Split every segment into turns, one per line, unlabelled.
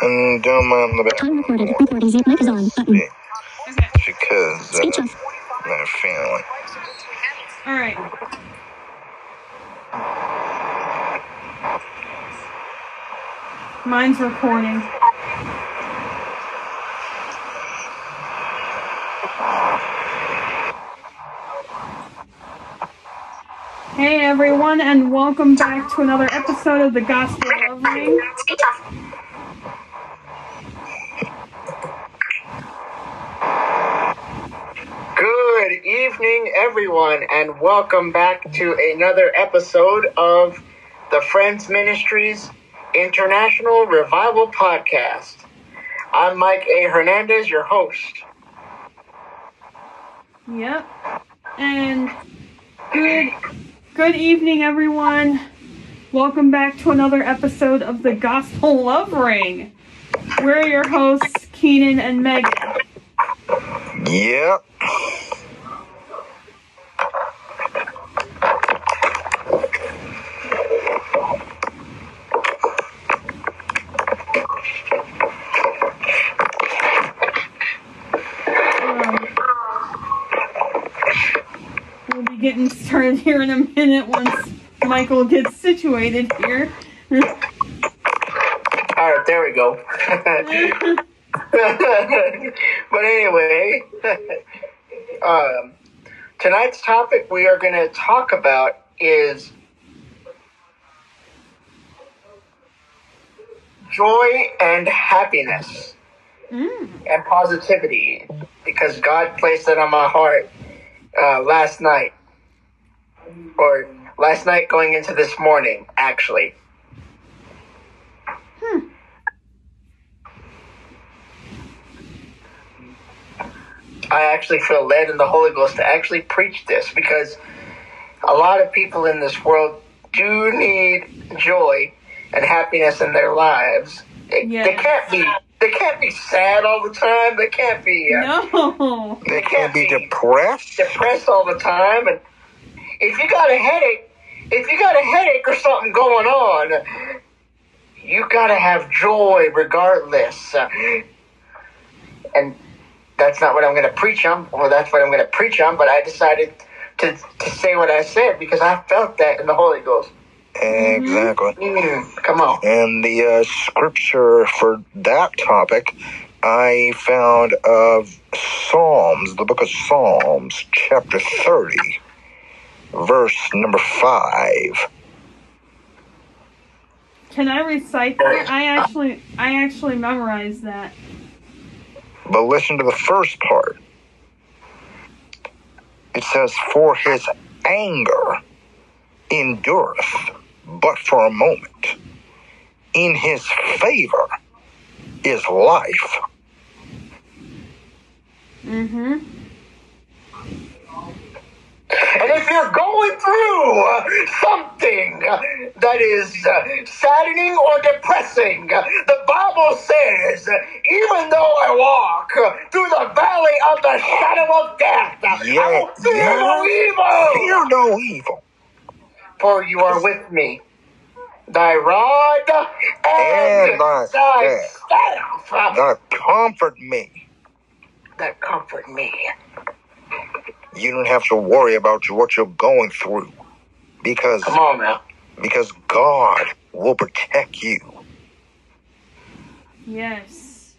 And Um, don't mind the
Time recorded.
background
Recording zero. Mic is on. Button.
noise because
Speech
uh,
off.
my family. All right. Mine's recording. Hey everyone, and welcome back to another episode of the Gospel of Loving. Speech off. Good evening, everyone, and welcome back to another episode of the Friends Ministries International Revival Podcast. I'm Mike A. Hernandez, your host. Yep, and good good evening, everyone. Welcome back to another episode of the Gospel Love Ring. We're your hosts, Keenan and Meg. Yep. Um, we'll be getting started here in a minute once Michael gets situated here. All right, there we go. but anyway, um, tonight's topic we are going to talk about is joy and happiness Mm. and positivity because God placed that on my heart uh, last night or last night going into this morning, actually. Hmm. I actually feel led in the Holy Ghost to actually preach this because a lot of people in this world do need joy and happiness in their lives. They, they Yes. can't be they can't be sad all the time. They can't be uh, no. They can't be depressed. Depressed all the time. And if you got a headache, if you got a headache or something going on, you gotta have joy regardless. Uh, And that's not what I'm going to preach on, or that's what I'm going to preach on, but I decided to, to say what I said because I felt that in the Holy Ghost. Exactly. Mm, come on. And the uh, scripture for that topic I found of Psalms, the book of Psalms, chapter 30, verse number 5. Can I recite that? I actually I actually memorized that. But listen to the first part. It says, For his anger endureth but for a moment. In his favor is life. hmm And if you're going through uh, something uh, that is uh, saddening or depressing, uh, the Bible says, uh, even though I walk uh, through the valley of the shadow of death, uh, I will Yeah, fear yeah. no evil. Fear no evil. For you are with me. thy rod and, and thy, thy staff, staff that comfort me. That comfort me. You don't have to worry about what you're going through because Come on, now. because God will protect you. Yes.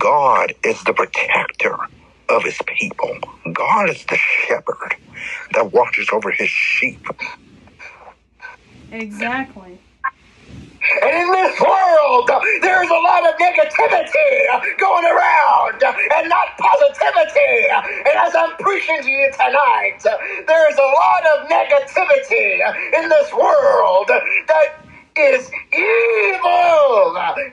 God is the protector of his people. God is the shepherd that watches over his sheep. Exactly. And in this world, there's a lot of negativity going around and not positivity. And as I'm preaching to you tonight, there's a lot of negativity in this world that is evil.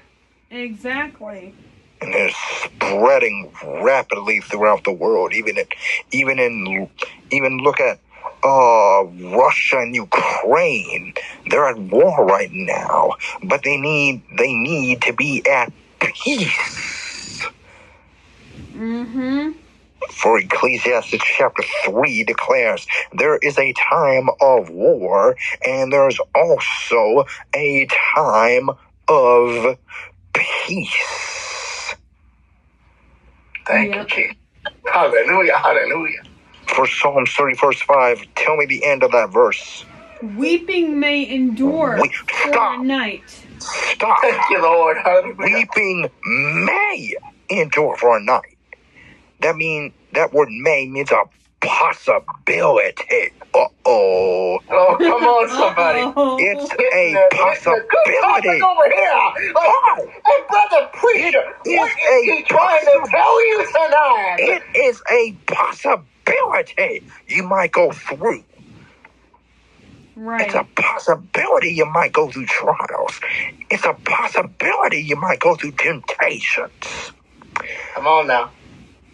Exactly. And it's spreading rapidly throughout the world. Even in, even in, even look at uh, Russia and Ukraine. They're at war right now, but they need they need to be at peace. hmm For Ecclesiastes chapter three declares there is a time of war, and there's also a time of
peace.
Thank
Yep.
you, Jesus. Hallelujah, hallelujah.
For Psalms 30, verse 5, tell me the end of that verse.
Weeping may endure
Wait,
for a
stop.
night.
Stop.
Thank you, Lord. Hallelujah.
Weeping may endure for a night. That mean that word may means a possibility. Uh oh.
Oh, come on, somebody.
It's
Oh,
Getting
a
a, getting a good topic
possibility.
over here. Like,
Oh,
hey, brother preacher, what
is
is
a
he trying to tell you tonight?
it is a possibility you might go through. It's a
right.
possibility you might go through trials. It's a possibility you might go through temptations.
Come on now.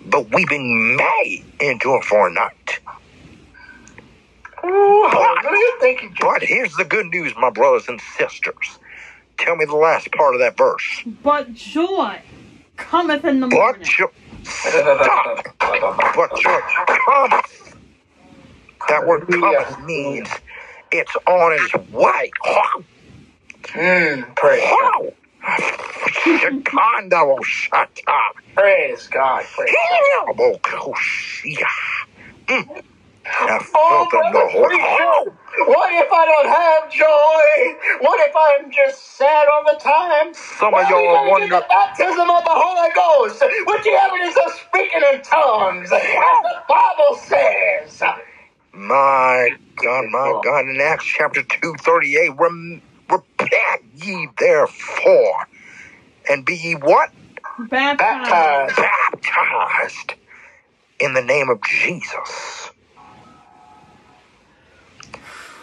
But weeping may endure for a night.
Ooh,
But,
hallelujah. Thank Oh, you, Jesus.
but here's the good news, my brothers and sisters. Tell me the last part of that verse.
But joy cometh in the
But
morning.
your stop. But your cometh. That word cometh means it's on its way.
Mm, praise God.
Chicago, shut up.
Praise God. Praise God.
Terrible Kosia. I
Oh,
felt in Mm. the
brother
whole.
preacher, what if I don't have joy? What if I'm just sad all the time?
Some
Well,
of
we
y'all
gotta
are
get
wondering.
the baptism of the Holy Ghost, which the evidence of speaking in tongues, as the Bible says.
My God, my God. In Acts chapter 2 38, rem- repent ye therefore, and be ye what?
Baptized.
Baptized.
Baptized in the name of Jesus.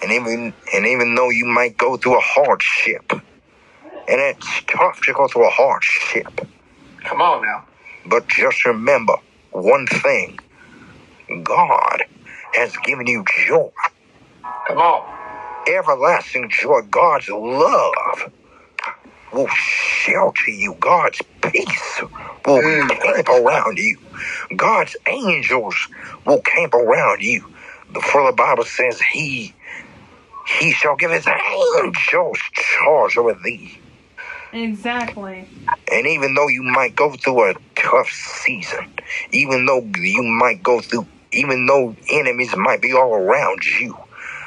And even and even though you might go through a hardship, and it's tough to go through a hardship,
Come on now.
But just remember one thing God has given you joy,
Come on.
everlasting joy. God's love will shelter you, God's peace will
Mm, praise
camp around you, God's angels will camp around you. The for the Bible says, He He shall give His angels charge over thee.
Exactly.
And even though you might go through a tough season, even though you might go through, even though enemies might be all around you,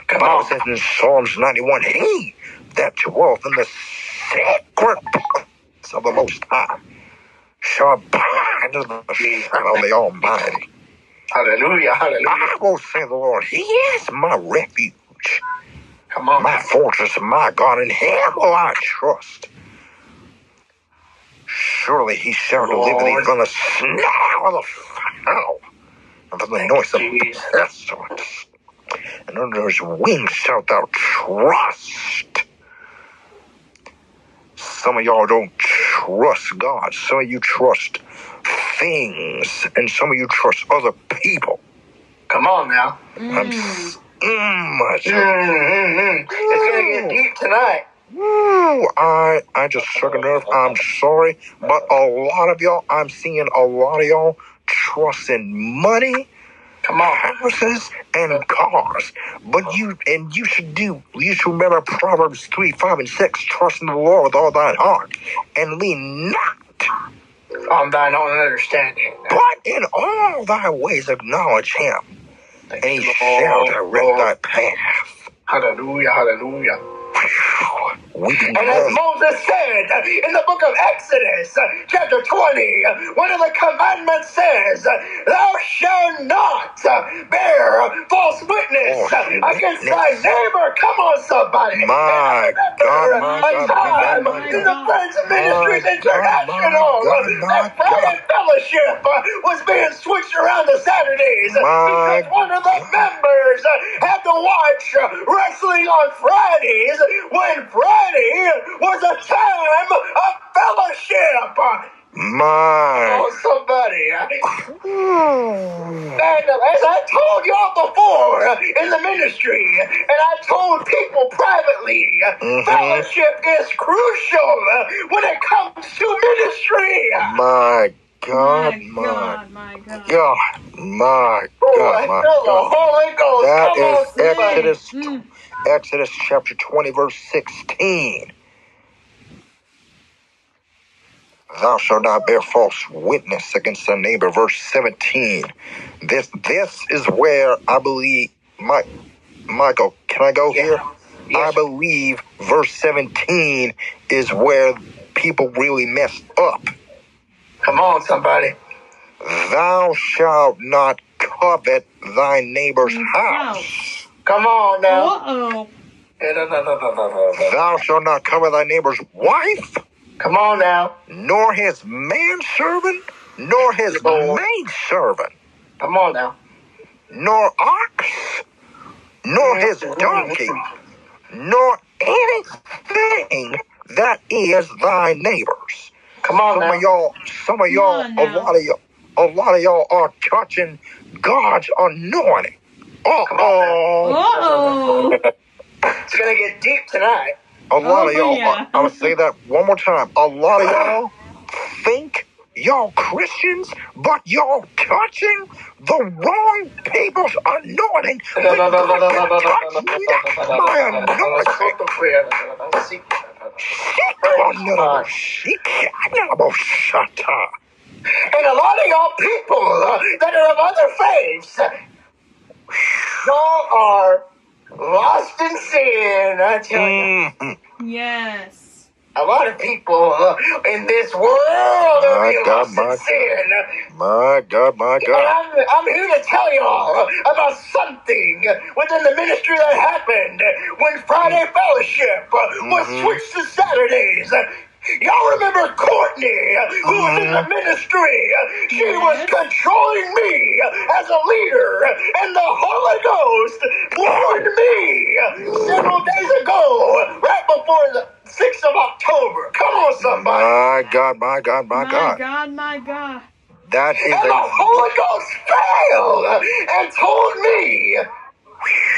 the
Come
Bible
on.
says in Psalms 91, He that dwelleth in the sacred place of the Most High shall abide in the shadow of the Almighty.
Hallelujah. Hallelujah.
I will say, the Lord, He is my refuge,
Come on
my
now.
fortress, my God, in Him will I trust. Surely he shall deliver thee
Lord.
from the snare of the fowl and from the
Thank
noise of
you, Jesus.
pestilence. And under his wings shalt thou trust. Some of y'all don't trust God. Some of you trust things, and some of you trust other people.
Come on now.
I'm
Mm.
s- mm, I
Mm,
said,
mm, mm. It's going to get
ooh,
deep tonight.
ooh, I, I just struck a nerve. I'm sorry, but a lot of y'all, I'm seeing a lot of y'all trusting money.
Come on.
houses and cars. But you and you should do you should remember Proverbs three, five, and six, trust in the Lord with all thine heart, and lean not
On thine own understanding.
but in all thy ways acknowledge him,
Thank
and he
you,
shall
Lord.
direct
Lord.
thy path.
Hallelujah, hallelujah.
Whew. We can
And as
all
Moses said in the book of Exodus, uh, chapter 20, one of the commandments says, uh, Thou shalt not uh, bear false witness uh,
all
against thy
witness.
neighbor. Come on, somebody. And I
My God,
remember
my
a
God, my God,
My God,
time
my
my
in
God.
the
God.
Friends
My
Ministries
God, my
International uh,
God,
that
my God,
Friday fellowship uh, was being switched around to Saturdays because
my
one of the
God.
members uh, had to watch uh, wrestling on Fridays when Friday was a time of fellowship. Uh,
My
Oh, somebody.
Ooh.
And as I told y'all before uh, in the ministry, and I told people privately, uh,
Mhm.
fellowship is crucial uh, when it comes to ministry.
My God,
My
my
God, my God.
God, my
Ooh,
God,
I
my
feel the
God.
Holy Ghost.
That
Come on,
is
somebody.
Mm,
Exodus,
mm.
Exodus chapter 20, verse 16. Thou shalt not bear false witness against thy neighbor. Verse 17. This this is where I believe, Mike, Michael, can I go
Yeah.
here? I
Yes.
believe verse 17 is where people really mess up.
Come on, somebody.
Thou shalt not covet thy
Mm,
neighbor's house.
Come on now.
Uh oh.
Eh, no, no, no, no, no, no, no.
Thou shalt not covet thy neighbor's wife,
Come on now.
nor his manservant, nor his
Lord.
maidservant,
Come on now.
nor ox, nor his donkey, nor anything that is thy neighbor's.
Come on
Some
now.
of y'all, some of y'all,
Come on
a
now.
lot of y'all, a lot of y'all are touching God's anointing. Oh,
Come on
Uh
oh,
oh.
It's gonna get deep tonight.
a lot
Oh,
of y'all.
yeah.
Are, I'm gonna say that one more time. A lot of y'all think y'all Christians, but y'all touching the wrong people's anointing.
No,
when
no, no, no,
God
no, no, no, no,
can
no, no, no, no, no,
touch not my
no, no, no,
anointing.
super prayer. No, no, no, no, secret. No, no, no.
Shikanaboshata.
And a lot of y'all people uh, that are of other faiths, y'all are lost in sin. I tell you.
Mhm.
Yes.
A lot of people uh, in this world are
My
being
God,
lost
my-
in sin.
My God, my
And
God.
I'm, I'm here to tell y'all about something within the ministry that happened when Friday Fellowship was
Mhm.
switched to Saturdays. Y'all remember Courtney, who was in the
Mhm.
ministry? She was
Yes.
controlling me as a leader, and the Holy Ghost warned me several days ago, right before the 6th of October. Come on, somebody.
My God, my God, my
My
God.
God, my God.
That is
And the
a
Holy Ghost failed and told me,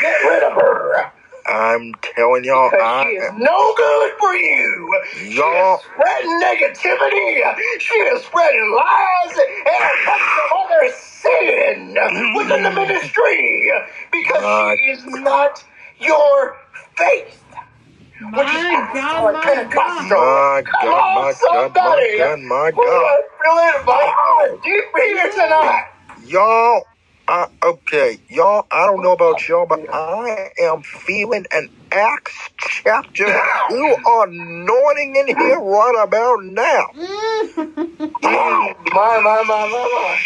get rid of her.
I'm telling y'all,
Because she is
I
no good for you. She is
y'all
spreading negativity. She is spreading lies and a bunch of other sin within the
Mm.
ministry. Because
God.
she is not your faith. Which is
My God,
Oh,
my
Apostolic
God.
Pentecostal.
my
Come
God, my
on,
God, my
somebody.
God, my
We
God.
are feeling my heart deep here tonight.
Y'all, I, okay, y'all, I don't know about y'all, but I am feeling an Acts chapter 2 anointing in here right about now.
Mm.
My, my, my, my, my.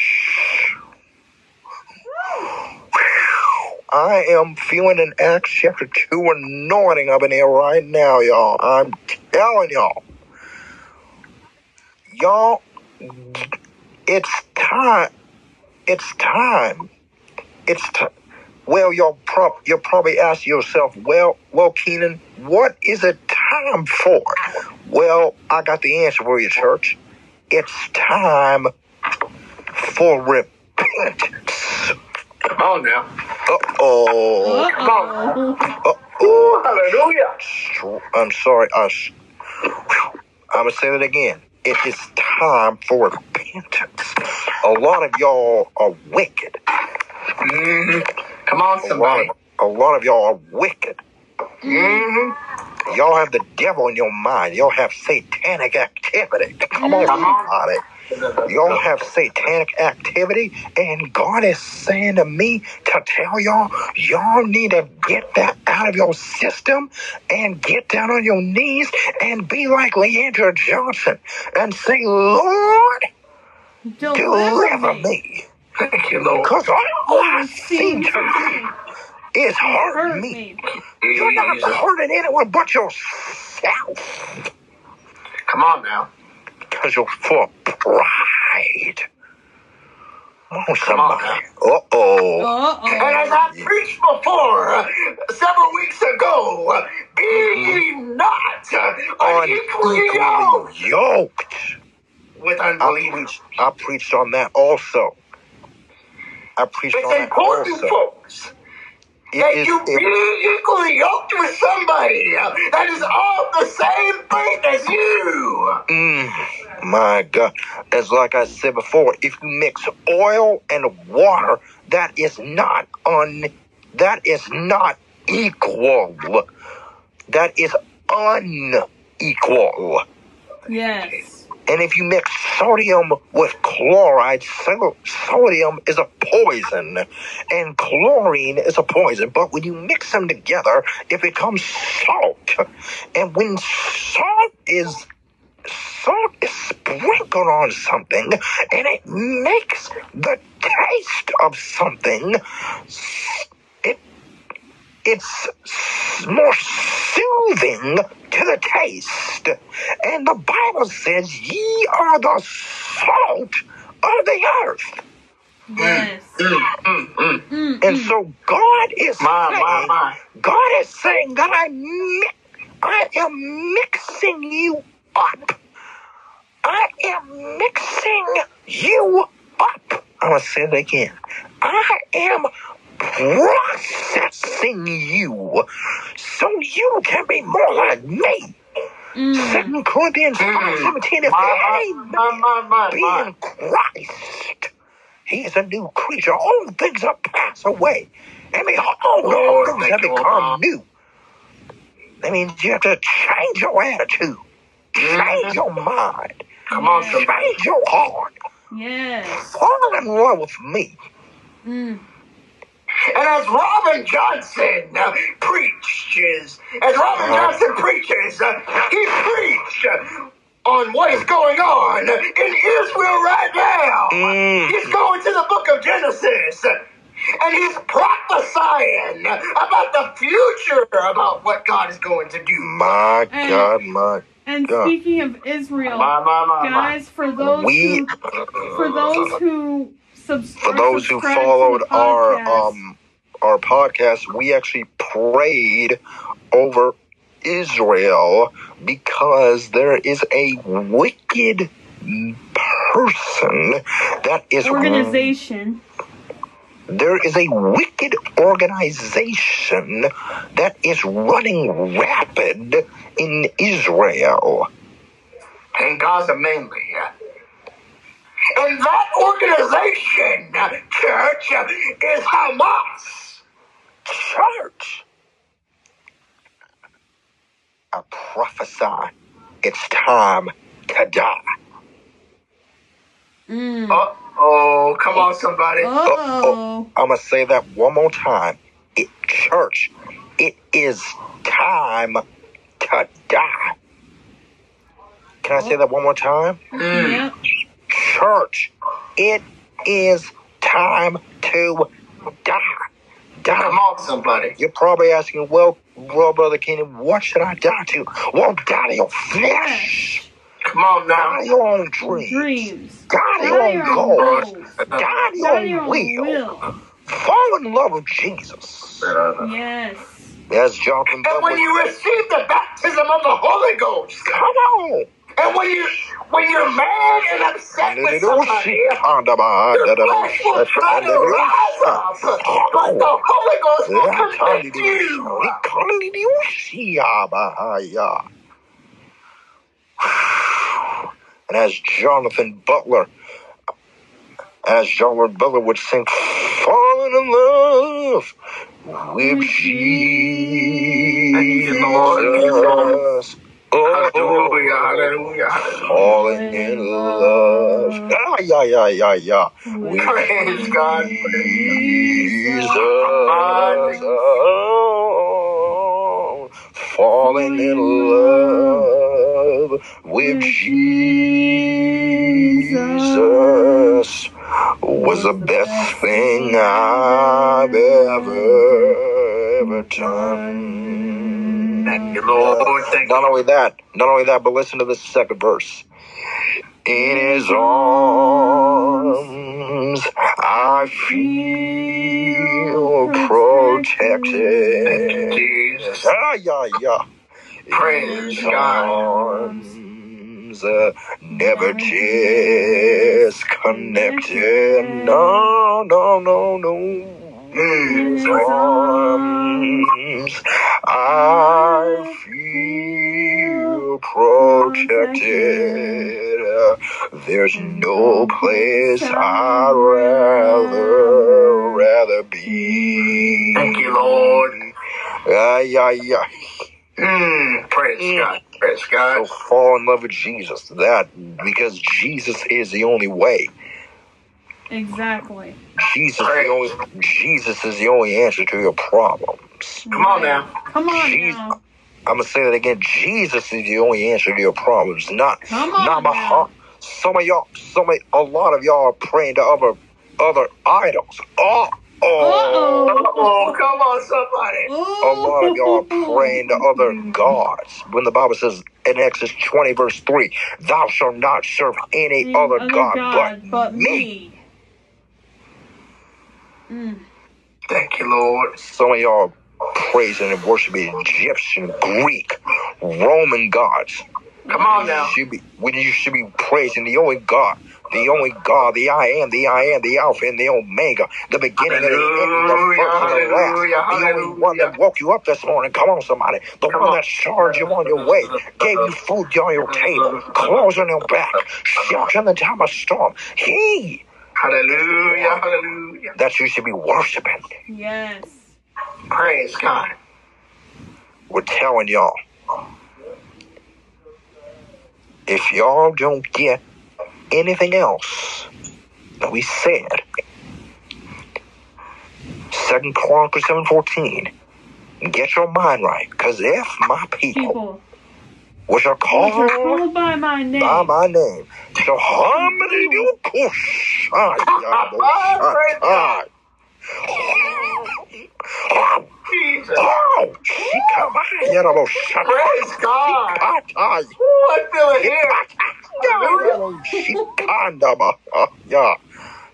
I am feeling an Acts chapter 2 anointing up in here right now, y'all. I'm telling y'all. Y'all, it's time. It's time. It's time. Well, y'all prob- you'll probably ask yourself, well, well, Keenan, what is it time for? Well, I got the answer for you, church. It's time for repentance.
Come on now.
Uh-oh.
Uh oh.
Ooh,
Uh-oh.
hallelujah.
I'm sorry. I, I'm gonna say that again. It is time for repentance. A lot of y'all are wicked.
Mhm. Come on,
A lot
somebody.
of a lot of y'all are wicked.
hmm
Y'all have the devil in your mind. Y'all have satanic activity. Come on,
Come on.
somebody. Y'all have satanic activity, and God is saying to me to tell y'all, y'all need to get that out of your system and get down on your knees and be like Leandra Johnson and say, Lord,
Deliver
deliver
me.
me.
Thank you, Lord.
Because all I
All
seem
seem
to
to
do
do
is
is
hurt
hurt
me.
me.
You're not
Yeah.
hurting anyone but yourself
Come on now.
because you're full of pride. Oh,
Come on now.
somebody. Uh oh.
Uh
And as
oh.
I preached before uh, several weeks ago, uh, be ye not uh, unequally
unequally
yoked
yoked.
with
I
unbelievers.
preached, I preached on that also. I preached on
It's
that
important,
also.
folks. that
It is
you
it,
be equally yoked with somebody that is of the same faith as you.
mm, my God. As like I said before, if you mix oil and water, that is not un that is not equal. That is unequal.
Yes.
And if you mix sodium with chloride, so- sodium is a poison and chlorine is a poison. But when you mix them together, it becomes salt. And when salt is salt is sprinkled on something and it makes the taste of something it it's s- more soothing to the taste. And the Bible says, Ye are the salt of the earth.
Yes. Mm,
And
mm.
so God is
My, my,
saying,
my.
God is saying that I, mi- I am mixing you up. I am mixing you up. I'm going to say it again. I am processing you so you can be more like me.
Mm.
Second Corinthians five
Mm.
seventeen. If
My,
any
my,
man
my, my,
be
my.
in Christ, he is a new creature. All things are passed away. And behold, all
Lord,
things
thank
have
you, Lord
become
God.
new. That means you have to change your attitude, change
Mhm.
your mind,
Come on,
Yes.
somebody.
change your heart.
Yes.
Fall in love with me.
Mm.
And as Robin Johnson uh, preaches, as Robin Johnson preaches, uh, he preached uh, on what is going on in Israel right now.
Mm.
He's going to the book of Genesis. uh, And he's prophesying about the future, about what God is going to do.
My
And
God, my
and
God.
speaking of Israel,
My, my, my, my.
guys, for those
We,
who for those who subs-
for
are
those who
subscribed to the
followed our
podcast,
um our podcast, we actually prayed over Israel because there is a wicked person that is mm,
organization.
there is a wicked organization that is running rapid in Israel.
In Gaza mainly. yeah. And that organization, uh, church, uh, is Hamas.
Church, I prophesy it's time to die.
Mm.
Uh oh, come on, somebody.
Uh oh.
I'm gonna say that one more time. It, church, it is time to die. Can I say that one more time?
Mm.
Yep.
Church, it is time to die.
Come
Die.
on, somebody.
You're probably asking, well, well, brother Keenan, what should I die to? Well, die to your flesh,
Flesh.
Come on now.
die to your own dreams,
Dreams.
die to your
Die
own
your own
goals,
Lord.
goals.
die to your
Die your
own
own
will.
will.
Fall in love with Jesus.
And
Yes.
As Jonathan
when
Douglas.
you receive the baptism of the Holy Ghost,
Come on.
and when you when you're mad and upset with somebody, your flesh will try to rise up, but the Holy Ghost will convict you.
And as Jonathan Butler, as Jonathan Butler would sing, falling in love with
With
Thank you, Lord. Thank you, Lord.
Jesus. Oh,
Hallelujah, hallelujah, hallelujah.
falling
Falling
in
in
love.
love
Ah, yeah, yeah, yeah, yeah.
with
With
Praise God.
Jesus.
Jesus.
Oh, falling
Falling
in
in love
love with
with Jesus
Jesus was the
was the
best
best
thing
thing I've
I've
ever done.
ever, ever done.
Thank you,
Done.
Uh,
Lord. Thank
not
you.
only that, not only that, but listen to the second verse. In
In
his
his arms,
arms, I
I feel
feel
protected.
Thank you,
protected.
Jesus.
Ah, yeah, yeah. In
In
Praise
his
his
God.
arms,
arms, uh, never
never disconnected.
disconnected. No, no, no, no. In
Mm.
In
his
his arms,
arms, I
I feel
feel
protected.
protected. Uh, There's
There's
no
no place
place I'd
I'd
rather,
rather
rather
be.
Thank you,
be.
Lord.
Ay, ay, ay.
Mm, praise
Mm.
God. Praise
So
God.
fall in love with Jesus. That because Jesus is the only way.
Exactly.
Jesus the
Praise.
only Jesus is the only answer to your problems.
Come on
Right.
now.
Come on
Jesus,
now.
I'm gonna say that again. Jesus is the only answer to your problems. Not
Come
not
on
my
now.
heart. Some of y'all, some of, a lot of y'all are praying to other other idols. Oh,
Uh-oh.
oh,
Oh, come on, somebody.
a lot of y'all are praying to other
Oh.
gods. When the Bible says in Exodus 20 verse 3, "Thou shalt not serve any
Any
other
other
oh, god but
Oh, God but
me."
me. Mm.
Thank you, Lord.
Some of y'all praising and worshiping Egyptian, Greek, Roman gods.
Come
When
on
you
now.
should be when you should be praising the only God, the only God, the I am, the I am, the Alpha and the Omega, the beginning and the end, the
Hallelujah,
first and the last,
hallelujah,
the only one
hallelujah.
that woke you up this morning. Come on, somebody. The
Come
one
on.
that started you on your way, gave you food on your table, clothes on your back, shelter in the time of storm. He is the
Hallelujah,
one
hallelujah.
that you should be worshiping.
Yes.
Praise God.
We're telling y'all. if y'all don't get anything else that we said, Second Chronicles seven fourteen, get your mind right, because if my people,
People,
which are
which are
called
called by my
by
name,
my name, shall humbly
humble
do push, ah, yeah, boy, shut
Praise God.
up. Oh,
Jesus.
oh, she come on, yeah, boy, shut
Praise
up. She
God.
cut, ah, yeah,
Ooh, I feel it here.
cut, ah, yeah,
Hallelujah.
boy, she kind of, ah, yeah.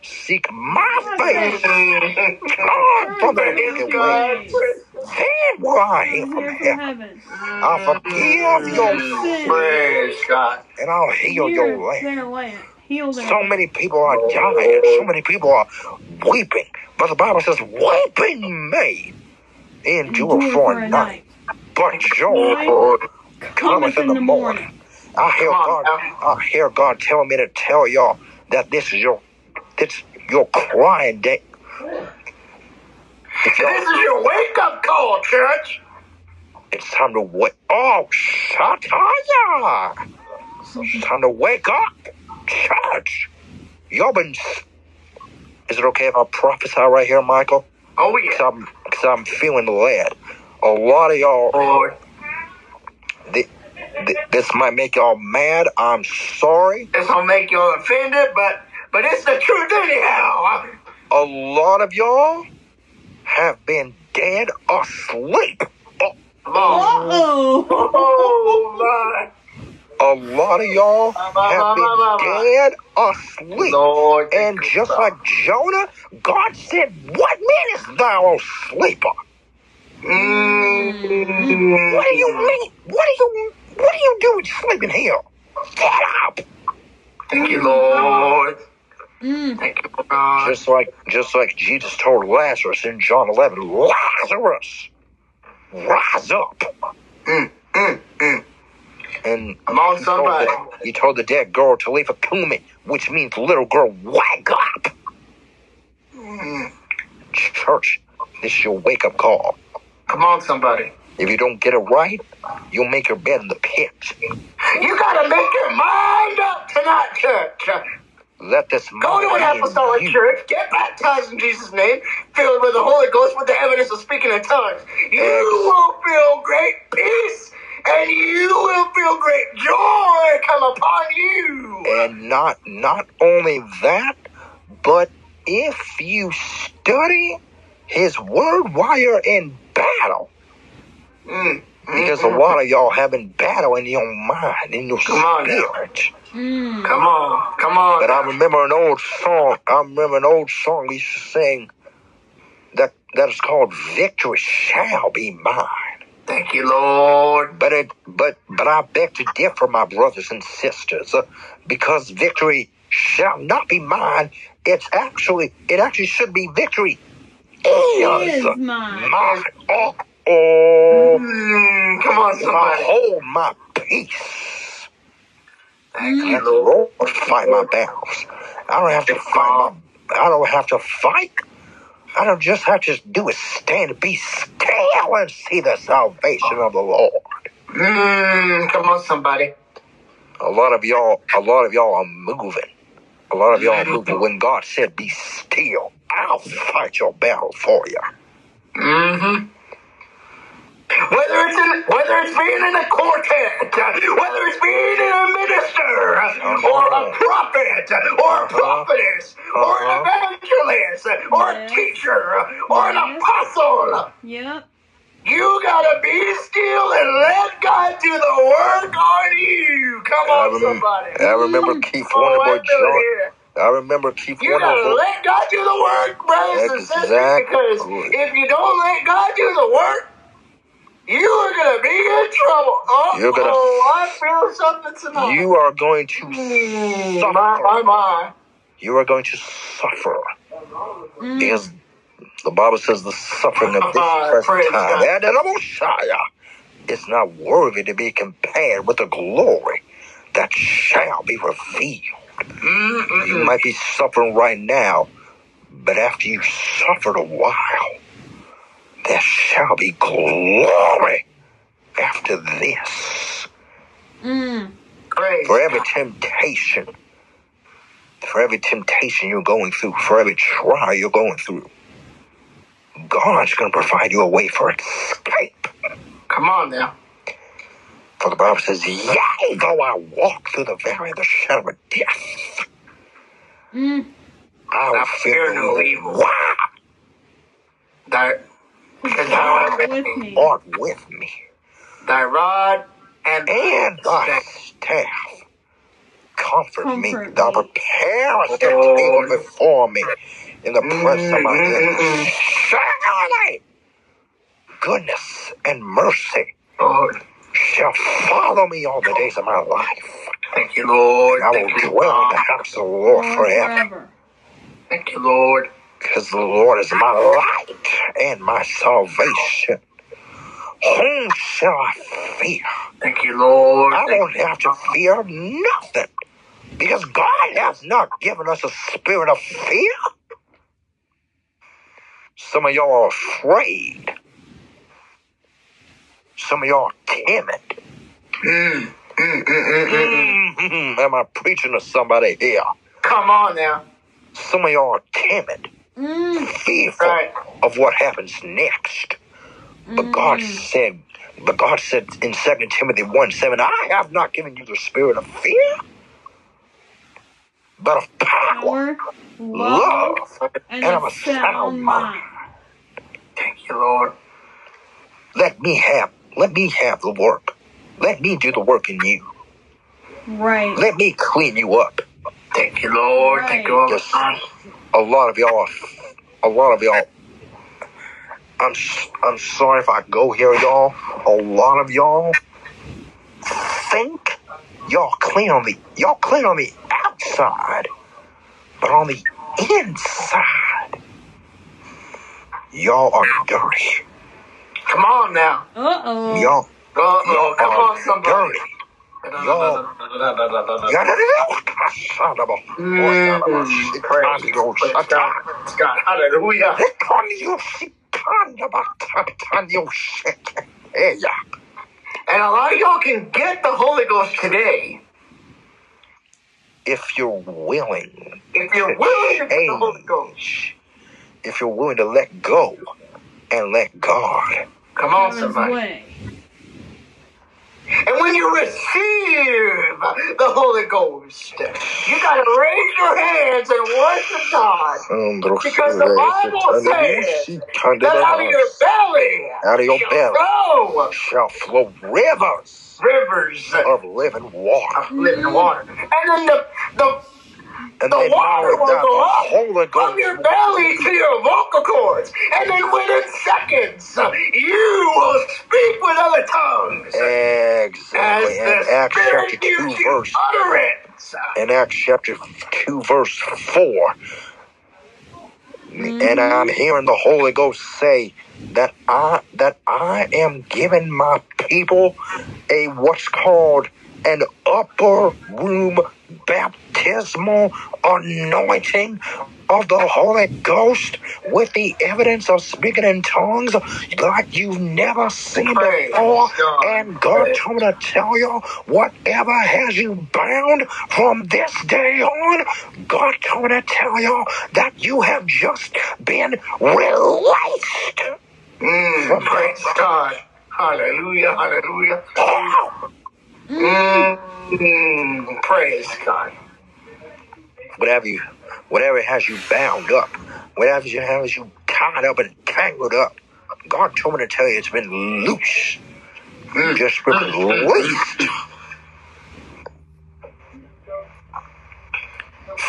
seek my
my
face,
face,
God,
turn from
from the
the
Praise
wicked
wicked way.
God.
ways,
Praise
Then will I
I
hear
will
from
hear from
heaven.
heaven.
I'll forgive your
Your
Mm.
sins,
sin
Praise God.
and I'll heal
hear
your land.
their land, heal their
So
land.
many people are dying. So many people are weeping. But the Bible says, weeping may endure
Endure
for a
for a
night,
night.
but joy
Joy
Lord.
cometh
cometh
in
in
the
the
morning.
morning.
I
Come
hear
on
God.
now.
I hear God telling me to tell y'all that this is your, this your crying day. If y'all
This is your wake up call, church.
It's time to wake. Oh, shut up! It's time to wake up, church. Y'all been. Is it okay if I prophesy right here, Michael?
Oh, yeah.
Cause I'm, cause I'm feeling led. A lot of y'all.
Lord.
Th- th- this might make y'all mad. I'm sorry.
This will make you all offended, but but it's the truth anyhow.
A lot of y'all have been dead asleep. Oh,
Come on. Oh
Uh-oh.
my,
a lot of y'all
my, my,
have
my,
been
my, my.
dead asleep.
Lord, thank
And
you,
just
Father.
like Jonah, God said, What meanest thou, O sleeper?
Mm.
What do you
Mm.
mean? What do you what do you doing sleeping here? Get up!
Thank you,
Mm.
Lord.
Mm.
Thank you, God.
Just like just like Jesus told Lazarus in John eleven, Lazarus, rise up.
Mm, mm, mm.
And
Come on,
he told the
somebody.
he told the dead girl to leave a kumi, which means little girl, wake up.
Mm.
Church, this is your wake up call.
Come on, somebody.
If you don't get it right, you'll make your bed in the pit.
You gotta make your mind up tonight, church.
Let this
Go to
mind
an
be in
apostolic
you.
church, get baptized in Jesus' name, filled with the Holy Ghost with the evidence of speaking in tongues. You
Ex-
will feel great peace, and you will feel great joy come upon you.
and not not only that, but if you study his word while you're in battle,
Mm, mm,
because a
mm.
lot of y'all having battle in your mind, in your
Come on now.
spirit.
Mm.
Come on. Come on
But I
now.
remember an old song. I remember an old song we used to sing that that is called "Victory Shall Be Mine."
Thank you, Lord.
But it, but but I beg to differ, my brothers and sisters, uh, because victory shall not be mine. It's actually it actually should be victory is
Is mine.
mine. Oh, oh
Mm, come on,
if I
somebody.
hold my peace,
Thank
Mm.
you,
let the
Lord.
Lord fight my battles. I don't have to fight my.
God.
I don't have to fight. I don't just have to do is stand, be still, and see the salvation of the Lord.
Mm, come on, somebody.
A lot of y'all, a lot of y'all are moving. A lot of y'all are moving. When God said, "Be still," I'll fight your battle for you.
Mm-hmm. Whether it's in, whether it's being in a quartet, whether it's being a minister, or a prophet, or a prophetess, or an evangelist, or a
Yes.
teacher, or an
Yes.
apostle,
Yep.
you gotta be still and let God do the work on you. Come
I
on,
remember,
somebody.
I remember Keith
Oh, I
Wonderboy
feel it
John.
here.
I remember Keith
You gotta
Wonderboy.
let God do the work, brothers and sisters, because
Exactly.
if you don't let God do the work, you are gonna be in trouble. Oh,
You're gonna-
oh I feel something tonight.
You are going to,
Mm, my, my, my.
you are going to suffer.
Mm.
Is the Bible says the suffering of this
Ah, praise
present time,
God.
and the Messiah is not worthy to be compared with the glory that shall be revealed. You
Mm-mm-mm.
might be suffering right now, but after you've suffered a while, there shall be glory after this.
Mm.
Praise
For every
God.
temptation, for every temptation you're going through, for every trial you're going through, God's going to provide you a way for escape.
Come on now.
For the Bible says, Yea, though I walk through the valley of the shadow of death,
Mm.
I
I
will
fear
fear
no
no
evil.
evil.
Thy, because thou art
God
with
with
me.
me.
Art with me,
Thy rod and
and thy
staff.
staff comfort me.
Comfort
Thou
me.
preparest a table
Oh,
before me in the presence of my
mm-mm-mm.
enemies. Surely goodness and mercy
Lord.
shall follow me all the days of my life.
Thank you, Lord.
And I will
Thank you,
dwell in
God.
the house of the Lord
Lord
forever,
forever.
Thank you, Lord.
because the Lord is my light and my salvation. Whom shall I fear?
Thank you, Lord.
I
Thank
won't have to fear nothing, because God has not given us a spirit of fear. Some of y'all are afraid. Some of y'all are timid.
Mm, mm, mm, mm, mm, mm.
Mhm. Am I preaching to somebody here?
Come on now.
Some of y'all are timid,
Mm.
fearful
Right.
of what happens next. But God
Mm.
said, but God said in 2 Timothy 1 7, I have not given you the spirit of fear, but of power,
Power, love,
love,
and
and
a
of a sound
sound
mind.
mind.
Thank you, Lord.
Let me have, let me have the work. Let me do the work in you.
Right.
Let me clean you up.
Thank you, Lord. Thank you,
Right.
Lord.
Yes, a lot of y'all, are, a lot of y'all I'm s- I'm sorry if I go here, y'all. A lot of y'all think y'all clean on the y'all clean on the outside, but on the inside, y'all are dirty.
Come on now.
Uh oh.
Y'all
Uh oh.
y'all
Come
are
on, somebody.
dirty. Y'all. y'all-
Mm, praise, praise God. Praise God. Hallelujah. And a lot of y'all can get the Holy Ghost today
If you're willing
if you're willing to get the Holy Ghost.
change, if you're willing to let go and let God.
Come on,
Have his
somebody.
way.
And when you receive the Holy Ghost, you gotta raise your hands and worship God.
um,
Because the Bible says that out of your belly
Out of your
shall
belly
flow
shall flow rivers
rivers
of living water,
of living water. And then the, the,
and
the
they
water
know
will
that
go
the
up
Holy
from
Ghost
your belly to your vocal cords. And then within seconds, you will speak with other tongues as
exactly. And
the
Acts
Spirit
chapter
gives
two
you
verse
utterance.
in Acts chapter two verse four, and I'm
Mm-hmm.
hearing the Holy Ghost say that I that I am giving my people a what's called an upper room baptismal anointing of the Holy Ghost with the evidence of speaking in tongues like you've never seen
Praise
before.
God.
And God told me to tell you whatever has you bound from this day on, God told me to tell you that you have just been released.
Mm, praise God. Hallelujah, hallelujah. Mm, praise God.
whatever you, whatever has you bound up, whatever you has you tied up and tangled up. God told me to tell you it's been loose. You just been released.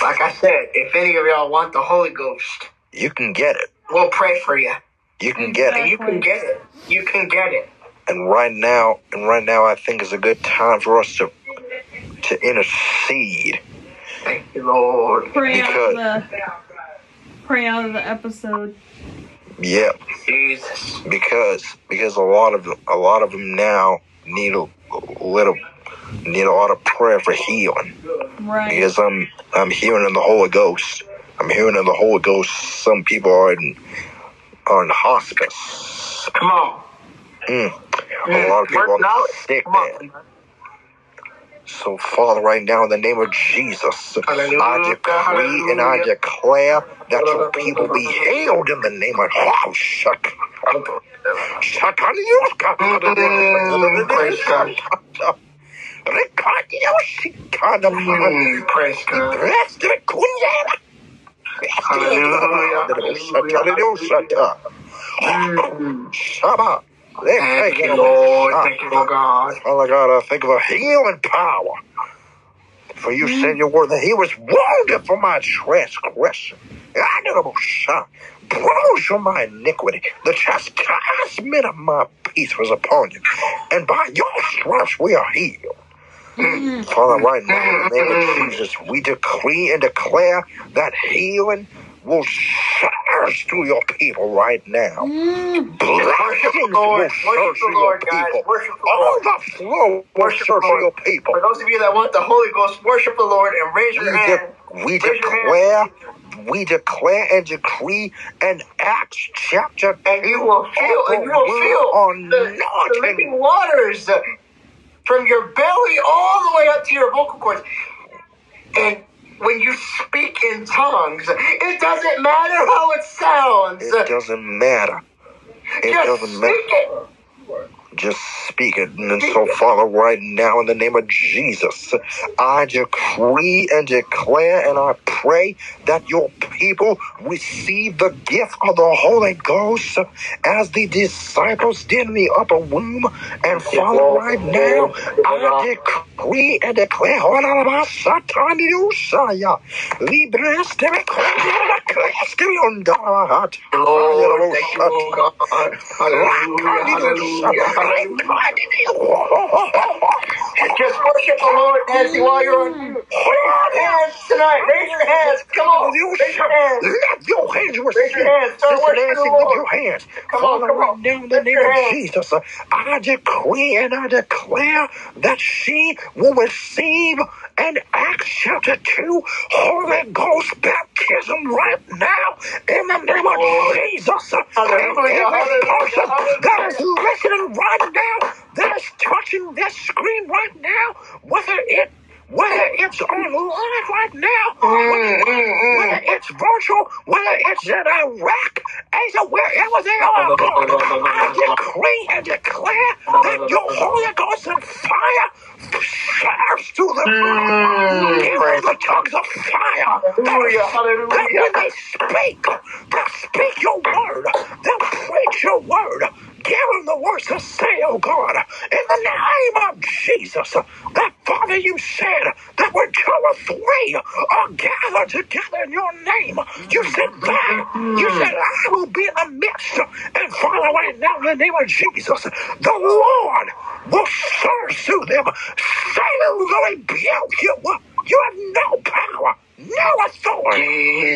Like I said, if any of y'all want the Holy Ghost,
You can get it.
we'll pray for you.
You can get
And
it.
you can
Exactly.
get it. You can get it.
And right now, and right now, I think is a good time for us to to intercede
Thank you, Lord.
Pray out of
because
the pray out of the episode.
yeah,
Jesus.
because because a lot of a lot of them now need a little need a lot of prayer for healing.
Right.
because I'm I'm hearing in the Holy Ghost. I'm hearing in the Holy Ghost. Some people are in are in hospice.
Come on.
Mm. A
Mm,
lot of people
Word
are
knowledge.
sick.
Come on.
So Father, right now in the name of Jesus, I
Hallelujah,
decree and I
hallelujah.
declare that your people be healed in the name of oh, shut Uh-huh.
Mm, praise God. Mm, praise God. Hallelujah, hallelujah. Mm.
Shama. They
Thank
take it
you,
away.
Lord.
Shama.
Thank you, Lord God.
Father Oh God, I think of a healing power. For you said
Mm.
your word that he was wounded for my transgression. And I did a shot. Bruised for my iniquity. The chastisement of my peace was upon you. And by your stripes we are healed.
Mm.
Father, right now, in the name of Jesus, we decree and declare that healing will surge through your people right now.
Mm.
Worship the
Blessings
Lord.
will
Worship
surge
the
through your
Lord, guys.
people. Oh.
Worship the Lord.
Overflow will
Worship the
surge through
Lord.
your people.
For those of you that want the Holy Ghost, worship the Lord and raise your
We, de-
hand.
we
Raise your hand.
declare, we declare and decree in Acts chapter
And you
2
will feel, and you
over
will
we
feel
are
the, the
anointing.
living waters from your belly all the way up to your vocal cords. And when you speak in tongues, it doesn't matter how it sounds.
It doesn't matter. It
Just
doesn't matter.
speak it.
just speak it. And
Speak
so,
it.
Father, right now, in the name of Jesus, I decree and declare and I pray that your people receive the gift of the Holy Ghost as the disciples did in the upper room. And, Father, right now, I decree and declare
Lord, thank you, Lord God. Hallelujah, hallelujah, hallelujah. Just worship the Lord, Nancy, while you're on
Mm.
mute. Raise your hands tonight. Raise your hands. Come on. Raise your hands.
Let your hands
Raise your
receive.
hands. Start
Sister
worshiping
Nancy,
the
with
Lord.
your hands.
Come on,
Father,
come
right
on.
now in the
Lift
name
your
of
hands.
Jesus, I decree and I declare that she will receive an Acts chapter 2 Holy Ghost baptism right now in the name of
Lord.
Jesus. And
Hallelujah,
every
hallelujah,
person that is
hallelujah.
listening right now, that is touching this screen right now, whether it whether it's online right now, whether,
Mm, mm,
whether
mm.
it's virtual, whether it's in Iraq, Asia, wherever they are, oh God, I decree and declare that your Holy Ghost and fire fires through them right now.
Mm,
Give them
praise
the
God.
tongues of fire that is
Hallelujah,
that
hallelujah.
when they speak, they'll speak your word, they'll preach your word. Give them the words to say, oh God, in the name of Jesus. That Father, you said that when two or three are gathered together in your name, you said that. You said, I will be in the midst. And Father, right now, in the name of Jesus, the Lord will serve through them. Satan will rebuke you. You have no power, no authority.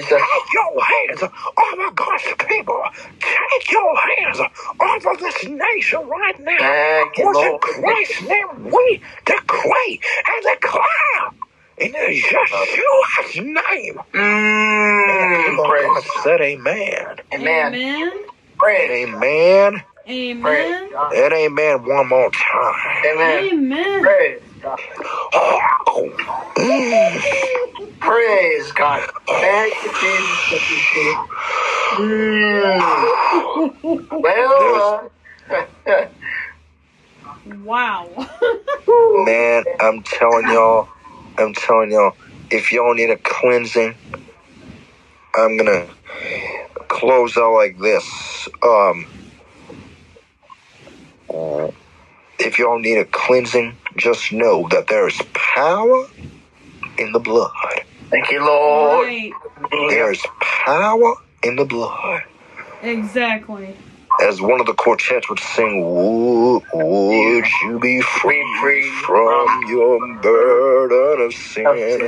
Jesus.
Take your hands off of God's people. Take your hands off of this nation right now.
Thank you,
For it's in
Lord.
Christ's name we decree
Mm.
and declare in Yeshua's name.
Mmm.
for God said amen.
Amen.
Amen.
Praise.
Amen
Amen.
Praise God.
and amen one more time.
Amen.
Amen.
Praise God.
Mm.
Praise God. Thank you, Jesus. Mm. Well, uh,
Wow.
Man, I'm telling y'all, I'm telling y'all, if y'all need a cleansing, I'm gonna close out like this. Um, if y'all need a cleansing, just know that there is power in the blood.
thank you, Lord.
right.
There is power in the blood.
Exactly.
As one of the quartets would sing, would, would you be
Be free
free from your burden of
of
sin?
sin.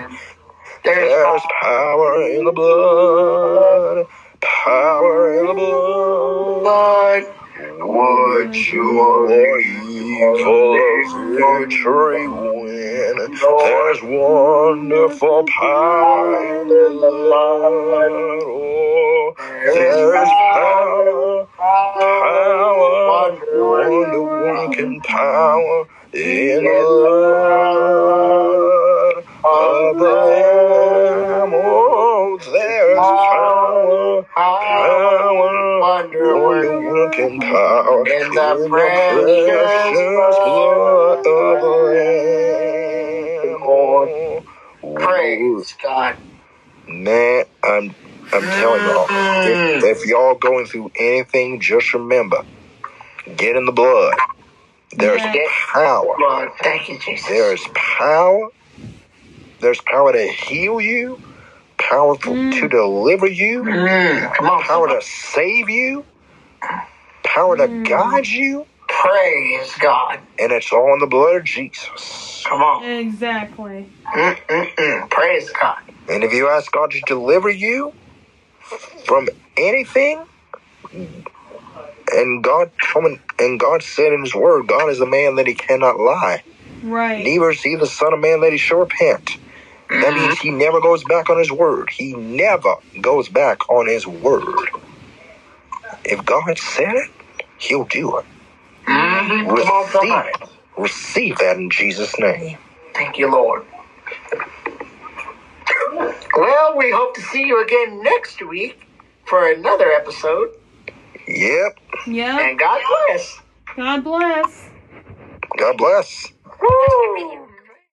There's
There's power in the blood. Power in the blood.
blood.
Would Mm. you or evil of victory win? There's wonderful power in the blood. Oh, there is power, power, wonder working power in the blood of the Lamb. Oh, there's power, power, wonder working power
In
in
the
the
precious
precious blood of the
blood.
Lamb.
Lord,
Oh,
praise God.
Man, I'm I'm telling y'all, if,
Mm-hmm.
if y'all going through anything, just remember, get in the blood. There's
Yes.
power.
Lord, thank you, Jesus.
There's power. There's power to heal you, power to
Mm. Mm-hmm.
to deliver you,
Mm, come on,
power
somebody.
to save you, power to
Mm.
guide you,
Praise God.
and it's all in the blood of Jesus.
Come on.
Exactly.
Mm-mm-mm. Praise God.
And if you ask God to deliver you from anything, and God coming and God said in his word, God is a man that he cannot lie.
Right.
Neither is he the son of man that he shall repent. That means he never goes back on his word. He never goes back on his word. If God said it, he'll do it.
Mm-hmm. Come on,
Receive
somebody.
it. Receive that in Jesus' name.
Thank you, Lord. Well, we hope to see you again next week for another episode.
Yep.
Yep.
And God bless.
God bless.
God bless.
Woo!